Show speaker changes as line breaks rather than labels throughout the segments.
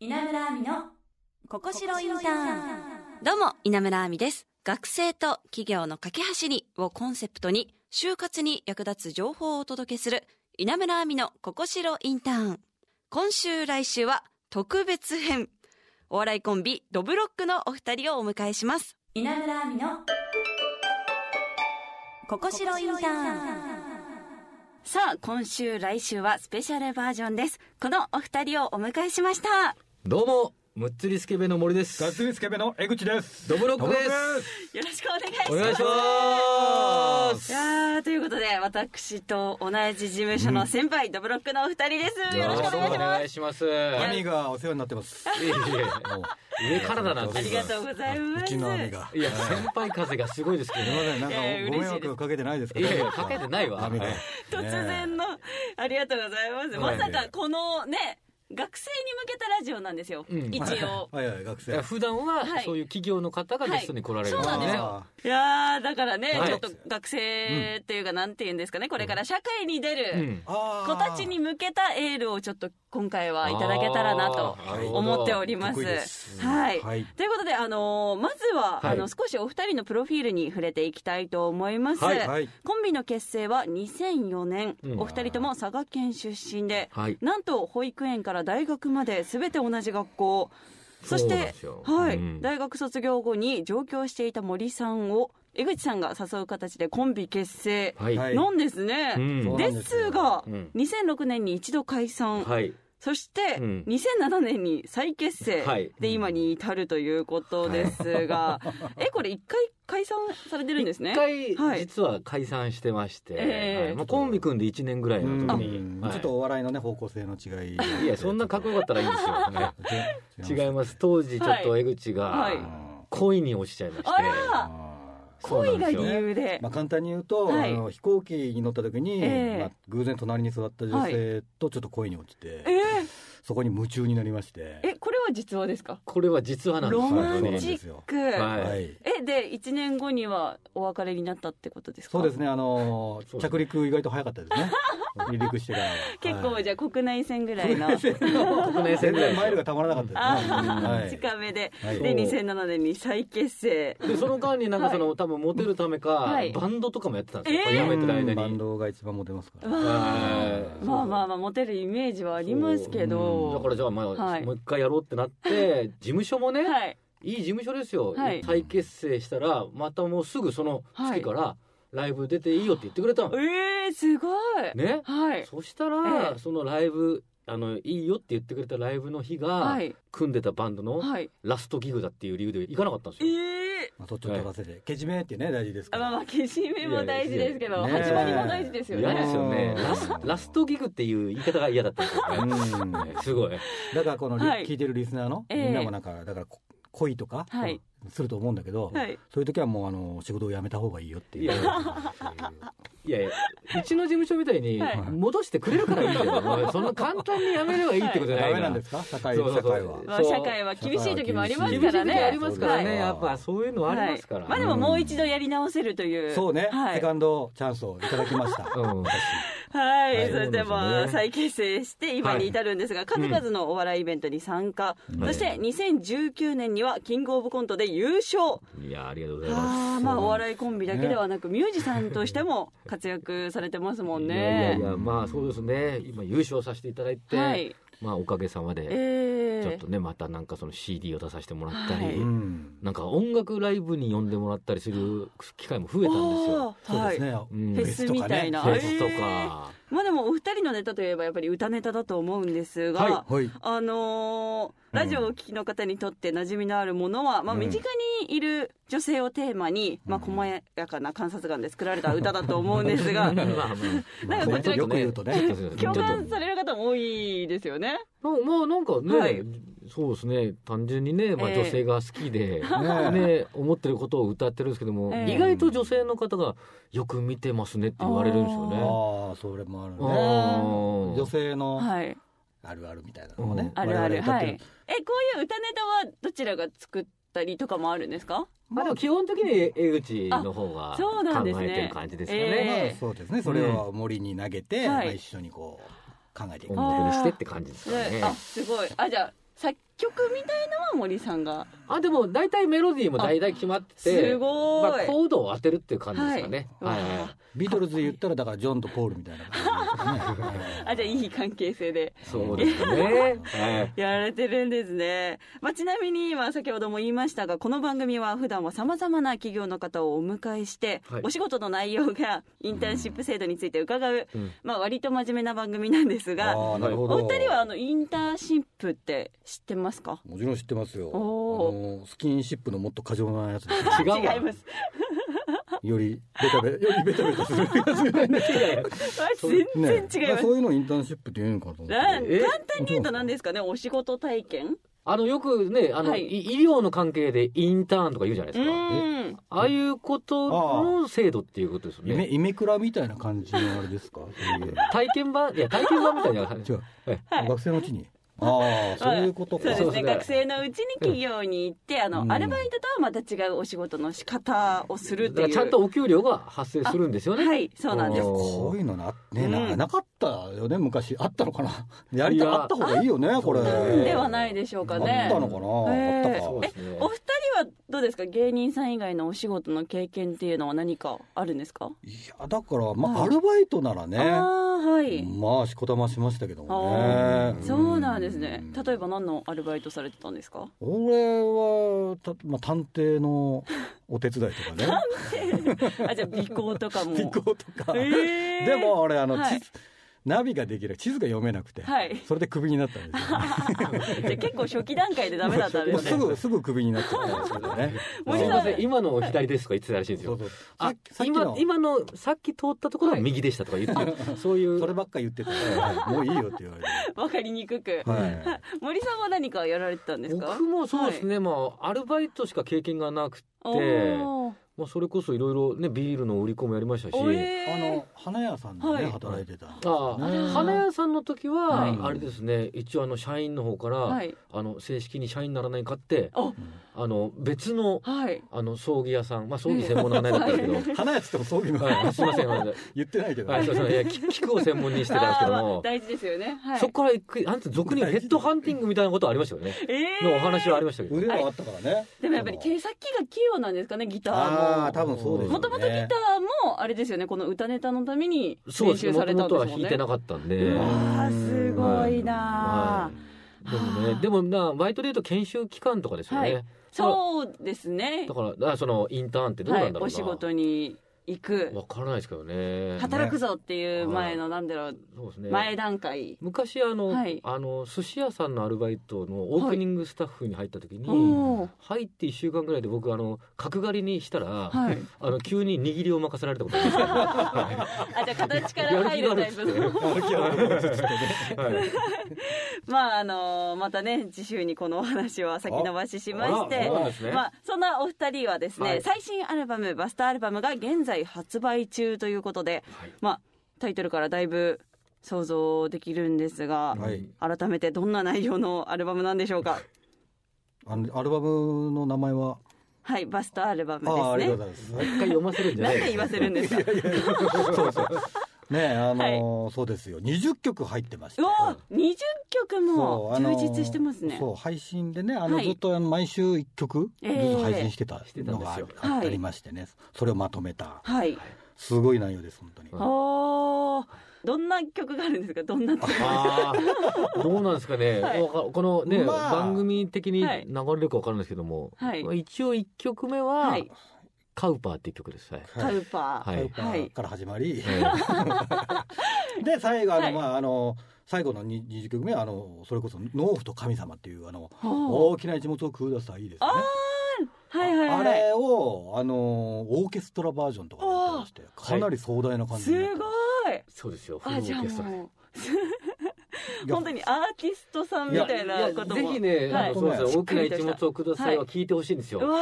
稲村亜美のここしろインターン
どうも、稲村亜美です。学生と企業の架け橋にをコンセプトに、就活に役立つ情報をお届けする、稲村亜美のここしろインターン。今週来週は特別編。お笑いコンビ、ドブロックのお二人をお迎えします。
稲村亜美のここしろインター
さあ、今週来週はスペシャルバージョンです。このお二人をお迎えしました。
どうも、むっつりスケベの森です。
ガッツリスケベの江口です。
ドブロックです。
よろしくお願いします。
お願いします
い。やーということで私と同じ事務所の先輩、ドブロックのお二人ですよろしくお願いします
いします。
アミがお世話になってます。
いえいえ上からだな。
ありがとうございます
うちのアミが。
いや先輩風がすごいですけど
すみま。せん、なんか
いやいや
ご迷
嬉しいです
惑かけてないですか
いやいやかけてないわ。
アミが
はい。
突然の、ありがとうございます
は
ま
い
さかこのね学生に向けたラジオなんですよ、
うん
一応
はいはい、学
い
生。
や普段
は
はいそういう企業の方がゲストに来られる
そうなんですよ
あ
いやーだからね、
はい
ちょっと学生っていうかなんて言うんですかねこれから社会に出
う
る
ん
あ
子たちに向けたエールをちょっと今回はいただけたらなと
あーなるほど
思っております
得意です
はい、
はい
ということで、あのーまずは、
はい
あの少しお二人のプロフィールに触れていきたいと思います、
はい
はい
コンビの結成は2004年、
うん
お二人とも佐賀県出身で、
はい。
なんと保育園から大学まで全て同じ学校そし
そうなん
て
ですよ
はい、
うん
大学卒業後に上京していた森さんを江口さんが誘う形でコンビ結成
はい。
はい
なんですね、
うん
そうなん
で
ですよ
すが、
うん
2006年に一度解散、
はい。
そして、
うん
2007年に再結成
はい
で今に至るということですが、えこれ一回解散されてるんですね
一回
はい
実は解散してまして、
ええ
はいまあコンビ組んで一年ぐらいの
う
時に、
んち
は
ょ
い
っとお笑いのね、方向性の違い。
いやそんなかっこよかったらいいんです
違
よ、 ね、違います当時ちょっと江口
はい
が
うん
恋に落ちちゃいまして、
あら
そうな
恋
んで
が
す
理
よ
由で、
まあ、簡単に言うと、
はい
あの飛行機に乗った時
え
に、
え
まあ、偶然隣に座った女性とちょっと恋に落ちて、
えー
そこに夢中になりまして
えこれは実話ですか
これは実話なんです
ロ
よ
マ
そうな
ン
ん
チ
で
ッ
すよ
ク、
はい
はい、
えで1年後にはお別れになったってことですか
そうですね、あの
そうですね
着陸意外と早かったですね。 離陸してからは。
結構じゃあ
ゃ
国内線ぐらいの、
国内線
全
ぐらいで
然マイルが
す
たまらなかったですね。
あ
は
ー
い
近めで、
はい
で2007年に再結成
よでその間になんかその、多分モテるためか、
はい
バンドとかもやってたんですよ、
ええ
やめてる間に
バンドが一番モテますから。
はい
まあまあまあモテるイメージはありますけ
うんだ
ど
からじゃあ、まあ
はい
もう一回やろうってなって事務所もね、
はい
い、い事務所ですよ、
はい
再結成したらまたもうすぐその月からライブ出ていいよって言ってくれたの、
ええすごい、
ね
はい
そしたら、
ええ
そのライブあのいいよって言ってくれたライブの日が、
はい
組んでたバンドの
はい
ラストギグだっていう理由で行かなかったんです
え
よ、
え
まあ、そっちを取らせて、けじめってね、大事ですか
あまあま
ら。
あけじめも大事ですけど、
いやいや
始まりも大事ですよ
嫌
ね
ですよね
うん
ラスラストギグっていう言い方が嫌だったんですよね
うん、だ
ねすごい
から、このリ、
はい
聞いてるリスナーの、
ええ
みんなもなんか、だから、こ恋とか、
はい
すると思うんだけど、
はい
そういう時はもう、あの、仕事を辞めた方がいいよっていう。
い やいやいやうちの事務所みたいに
はい
戻してくれるからいいんだよ、おいそんな簡単にやめればいいってことじゃな
ダ
い
メ
か
なん
ら
ですか社会、
そうそう
社
そう
会は。
まあ
そう
社会は厳しい時もあります
厳
か
しい
ら
時
ね
ありますからね、
はい
やっぱそういうのありますから、
まあでももう一度やり直せるという
そうね、
は
セ
い
カンドチャンスをいただき ました。
うん
はい、
はい
そしてまあ再結成して今に至るんですが、数々のお笑いイベントに参加、
うん
そして2019年にはキングオブコントで優勝、
いやありがとうございます
あーまあお笑いコンビだけではなく、ミュージシャンとしても活躍されてますもんね。
いやいやいやまあそうですね今優勝させていただいて、
はい、
まあおかげさまで、
えー、
ちょっとねまたなんかその CD を出させてもらったり、
はい
うん
なんか音楽ライブに呼んでもらったりする機会も増えたんですよ。
おー
そうですね。
うん
フェスみたいな
フェスと か、
まあでもお二人のネタといえばやっぱり歌ネタだと思うんですが、
は
はい。
あのーラジオをお聞きの方にとって馴染みのあるものは、まあ、
うん
身近にいる女性をテーマに、まあ、細やかな観察眼で作られた歌だと思うんです が
まあまあ
なんかこちら
よく言うとね
ちょっ
共
とちょっ
感される方も多いですよね。
とまあまあなんかね、
はい
そうですね単純にね、まあ、
ええ
女性が好 きで、
ね
ね、思ってることを歌ってるんですけども、
ええ
意外と女性の方がよく見てますねって言われるんですよね。
ああ、それもある
あ
ね。
ー
女性の
はい、
あるあるみたいなのもね。
あるある
我々歌っ
は
て
い、えこういう歌ネタはどちらが作ったりとかもあるんですか
まあでも基本的に江口の方が
あそうなん
考
ですね
えてる感じですよ
え
ね。
え
まあそうですね。それを森に投げて、
うん
ま
は
あ
い
一緒にこう考えていく。
音楽にしてって感じですか
ね
ね。
あすごいあじゃあ作曲みたいのは森さんが
あでも大体メロディーも大体決まってて
すごい
まあ、コードを当てるっていう感じですかね、
は
はいいはい
わ
ビートルズで言ったらだからジョンとポールみたいな感じですね
あじゃあいい関係性で
そうです かね、はい
やられてるんですね、まあ、ちなみに今先ほども言いましたがこの番組は普段はさまざまな企業の方をお迎えして、
はい
お仕事の内容やインターンシップ制度について伺う、
うん
まあ、割と真面目な番組なんです
あ
が
ーなるほど
お二人はあのインターンシップって知ってますか
もちろん知ってますよあ
お
のスキンシップのもっと過剰なやつです
違うわ
違います
よりベタベよりベタベタするやつね
あ全然違います、
そういうのをインターンシップって言うのかと思って
な
え
簡単に言うと何ですかねお仕事体験
あのよくねあの、
はい
い医療の関係でインターンとか言うじゃないですか、
うん
ああいうことの制度っていうことですよ
イメ
ね
イメクラみたいな感じのあれですかそういう
体験版いや体験版みたいな
違う、
はい
学生のうちにああそういうこと
そう
か
ですね
そうそう
学生のうちに企業に行ってあの、
うん
アルバイトとはまた違うお仕事の仕方をするって
だか
い
ら
う
ちゃんとお給料が発生するんですよね、
はいそうなんです
おー
こういうのな,、ね
うん
ななかったよね昔あったのかなやり
い
た
や
あった方がいいよねこれ
あったん
ではないでしょうかね
あったのかな、
ええ
あったか
そうですね
お二人はどうですか芸人さん以外のお仕事の経験っていうのは何かあるんですか、
いやだからま
は
あ
い
アルバイトなら
あ
ね
あはい、
まあしこたましましたけど
あ
もね
そうなんですね
うん
例えば何のアルバイトされてたんですか
俺はた、まあ、探偵のお手伝いとかね
あじゃあ尾行と かも
尾行とか、
えー
でも俺あの、
はい
地図ナビができる地図が読めなくて、
はい
それでクビになったんですよ、
じゃあ結構初期段階で ダメだったんで
もう
す
す
ね
ぐすぐクビになっちゃったんですけ どね
森
すい
さ
ません今の左ですとか言ってたらしいんです
そう
よ
そうさ
あ
っきさっき
今
の
今のさっき通ったところは右でしたとか言ってるそういう
そればっか言ってたからもういいよって言われて、
わかりにくく、
はい、
森さんは何かやられてたんですか
僕もそうですね、まあアルバイトしか経験がなくて、
おー
まあ、それこそいろいろねビールの売り込みやりましたし、
おえー
あの花屋さんでね、
はい
働いてたんです
あ
よ
あ
ね
花屋さんの時
は
は、
い
あれですね一応あの社員の方から、
はい
あの正式に社員にならないかって
お
あの別の
はい
あの葬儀屋さんまあ葬儀専門の花屋だったんですけ
花屋っつっても葬儀の
ど、はい、すいませんごめんなさい
言ってないけど、
はい、そうそういやき菊を専門にしてたんですけど
あーまあ
も、
大事ですよねはい
そこから行くなんて俗にヘッドハンティングみたいなことありましたよね
えー
のお話はありましたけど、
腕はあったからね
でもやっぱり毛先が器用なんですかねギター
あ
も
あ多分そうです
もともとギターもあれですよねこの歌ネタのために
そう
練
ですね
習
も
さ
と
れ
も
たん
と
で
は
すも
弾
ん
い
ね
てなかったんで、
うわーすごい
は
なあ、
い、でもねでもなバイトでいうと研修期間とかですよね、
はいそうですね
だからだからそのインターンってどう
は
なん
い
だろ
お
う
仕
な、
事に行く
わからないですけどね
働くぞっていう前のなんだろう
そうですね
前段階
昔あの、
はい
あの寿司屋さんのアルバイトのオープニングスタッフに入った時に、
おー
入って1週間ぐらいで僕あの角刈りにしたら、
はい
あの急に握りを任せられたことあ ります
あじゃあ形から入るタイプの
はい
まああのまたね次週にこのお話は先延ばししまして
あそうなんですね
まあ、そんなお二人はですね、
はい
最新アルバム「バスターアルバム」が現在発売中ということで、
はい
まあ、タイトルからだいぶ想像できるんですが、
はい
改めてどんな内容のアルバムなんでしょうか
あのアルバムの名前は
はいバスターアルバム
あああ
で
り
すね
がとうございます
もう一回読ませるんじゃ
な
なんい
で言わせるんですか
そうそうねえあのーそうですよ20曲入ってまし
う
た
わ20曲
そう
も
あの
充
ー
実してますね
そう配信でねあの、
はい
ずっとあの毎週1曲ず
ええ
つ配信してた
してた
の
んで
が
す
あ
よ
ありましてね、それをまとめた
はい
すごい内容です本当に、
うん
おーどんな曲があるんですかどんな曲
あーどうなんですかね、
はい
わかこのね、
まあ
番組的に流
はい
れるかわかるんですけども、
はい
まあ一応1曲目は、
はい
カウパーっていう曲で す、はい
カウパー、
はい
カウパーから始まり、
えー
で最後あの、
はい
まああの最後のに20曲目はあのそれこそ「農夫と神様」っていうあの
おー
大きな一物をくださいですね
はいはい
あ
はい
れをあのオーケストラバージョンとかでやってましてかなり壮大な感
す
じ
ご
に
い
なってます
そうですよフルオ
あじゃ
ー
あ
ケストラ
もう
いや
本当にアーティストさんみたいなこと
ぜ
も
ひね、
はい
あのそうです
し
ね
っ
大
か
き
り
な
とした
一物をくださいは聞いてほしいんです
う
よ。
わ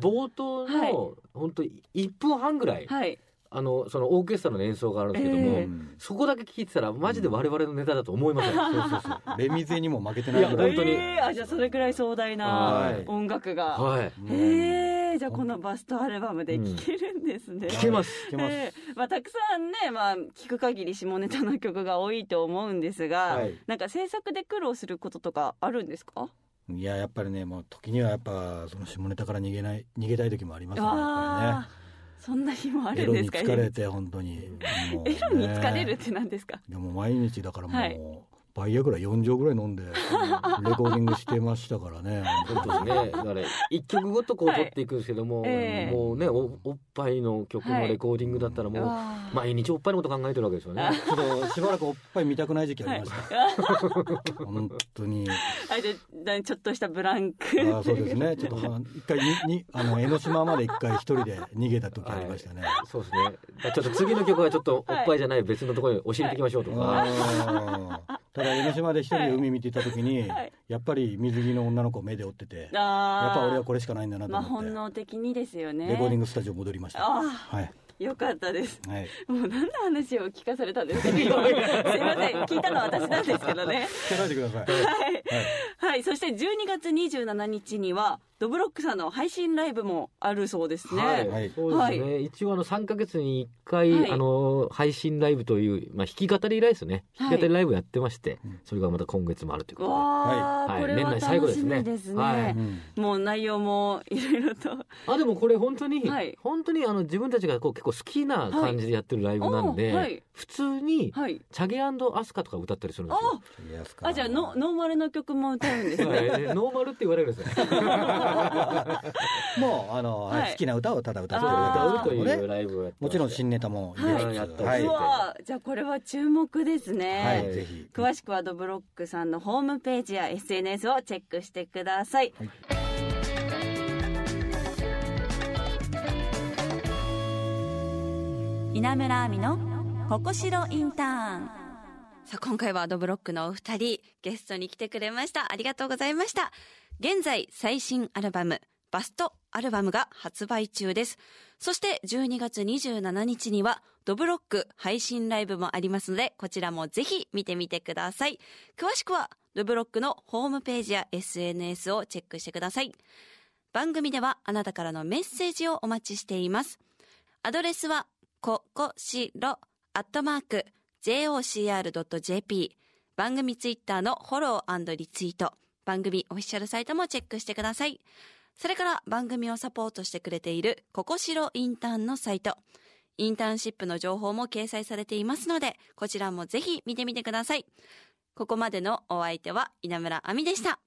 冒頭
は
の本当1分半ぐらい、
ーはい
あのそのオーケストラの演奏があるんですけども、
ええ
うん
そこだけ聞いてたらマジで我々のネタだと思 いません。
そうそうそうレミゼにも負けてないぐらい
いや本当に
えーあじゃあそれくらい壮大な
はい
音楽が、
はい。
うん
えーじゃあこのバストアルバムで聴けるんですね、
聞けます。
聞けます、
えーまあ、たくさんね、まあ、聞く限り下ネタの曲が多いと思うんですが、
はい
なんか制作で苦労することとかあるんですか
いややっぱりねもう時にはやっぱその下ネタから逃げない逃げたい時もありますねやっぱ
あーそんな日もあ
りねエ
るん
ロ
です
に
か
疲れて本当にもうね
エロに疲れるって何ですか
いやもう毎日だからもう、
はい
バイアグラ4錠ぐらい飲んでレコーディングしてましたからね
本 当です ね。だから一曲ごとこう
はい
取っていくんですけども、
ええ
もうねおおっぱいの曲のレコーディングだったらもう、
わ ー
毎日おっぱいのこと考えてるわけですよね。
あ
ちょっとしばらくおっぱい見たくない時期ありました、本当に
あれでちょっとしたブランクってい
ああそうですねちょっとは一回ににあの江ノ島まで一回一人で逃げた時ありましたね、
そうですね。だからちょっと次の曲はちょっ とおっぱいじゃない別のところにお尻行きましょうとか、
あーただ江ノ島で一人で海見ていた時に、
はい
やっぱり水着の女の子を目で追っててやっ
あー
ぱ俺はこれしかないんだなと
まあ
思って、
本能的にですよね
レコーディングスタジオ戻りました
あー
はい、
よかったです
はい、
もう何の話を聞かされたんですか ね今すいません聞いたのは私なんですけど ね
聞かないでください、
はい
はい
はいそして12月27日にはドブロックさんの配信ライブもあるそうですね、
はい、
はい
そうですね、一応あの3か月に1回、
はい
あの配信ライブという、まあ、弾き語りライブですよね
はい
弾き語りライブやってまして、
うん
それがまた今月もあるということで、
わあ、
はい
これは
年内最
楽
後で
し
すね
みですね、
はい
うん
もう内容もいろいろと
あでもこれ本当に、
はい
本当にあの自分たちがこう結構好きな感じでやってるライブなんで、
はいおーはい
普通に、
はい
チャゲアスカとか歌ったりするんですよ
あ。
いやすか
あじゃあノノーマルの曲も歌うんです
は
ね
いノーマルって言われるんですね。
もうあの、
はい
好きな歌をただ歌ってる
あ
歌
ー
うとい
だけ
うライブをやってま
も
して
ちろん新ネタも入れつつ
はいやった
はい、
う
は
わーじゃあこれは注目ですね、
はいぜひ
詳しくはドブロックさんのホームページや SNS をチェックしてください、
はい
稲村亜美のここしろインターン
さあ今回はアドブロックのお二人ゲストに来てくれましたありがとうございました現在最新アルバムバストアルバムが発売中ですそして12月27日にはドブロック配信ライブもありますのでこちらもぜひ見てみてください詳しくはドブロックのホームページや SNS をチェックしてください番組ではあなたからのメッセージをお待ちしていますアドレスは、ここしろ、アットマーク、jocr.jp。番組ツイッターのフォローリツイート。番組オフィシャルサイトもチェックしてください。それから番組をサポートしてくれている、ここしろインターンのサイト。インターンシップの情報も掲載されていますので、こちらもぜひ見てみてください。ここまでのお相手は稲村亜美でした。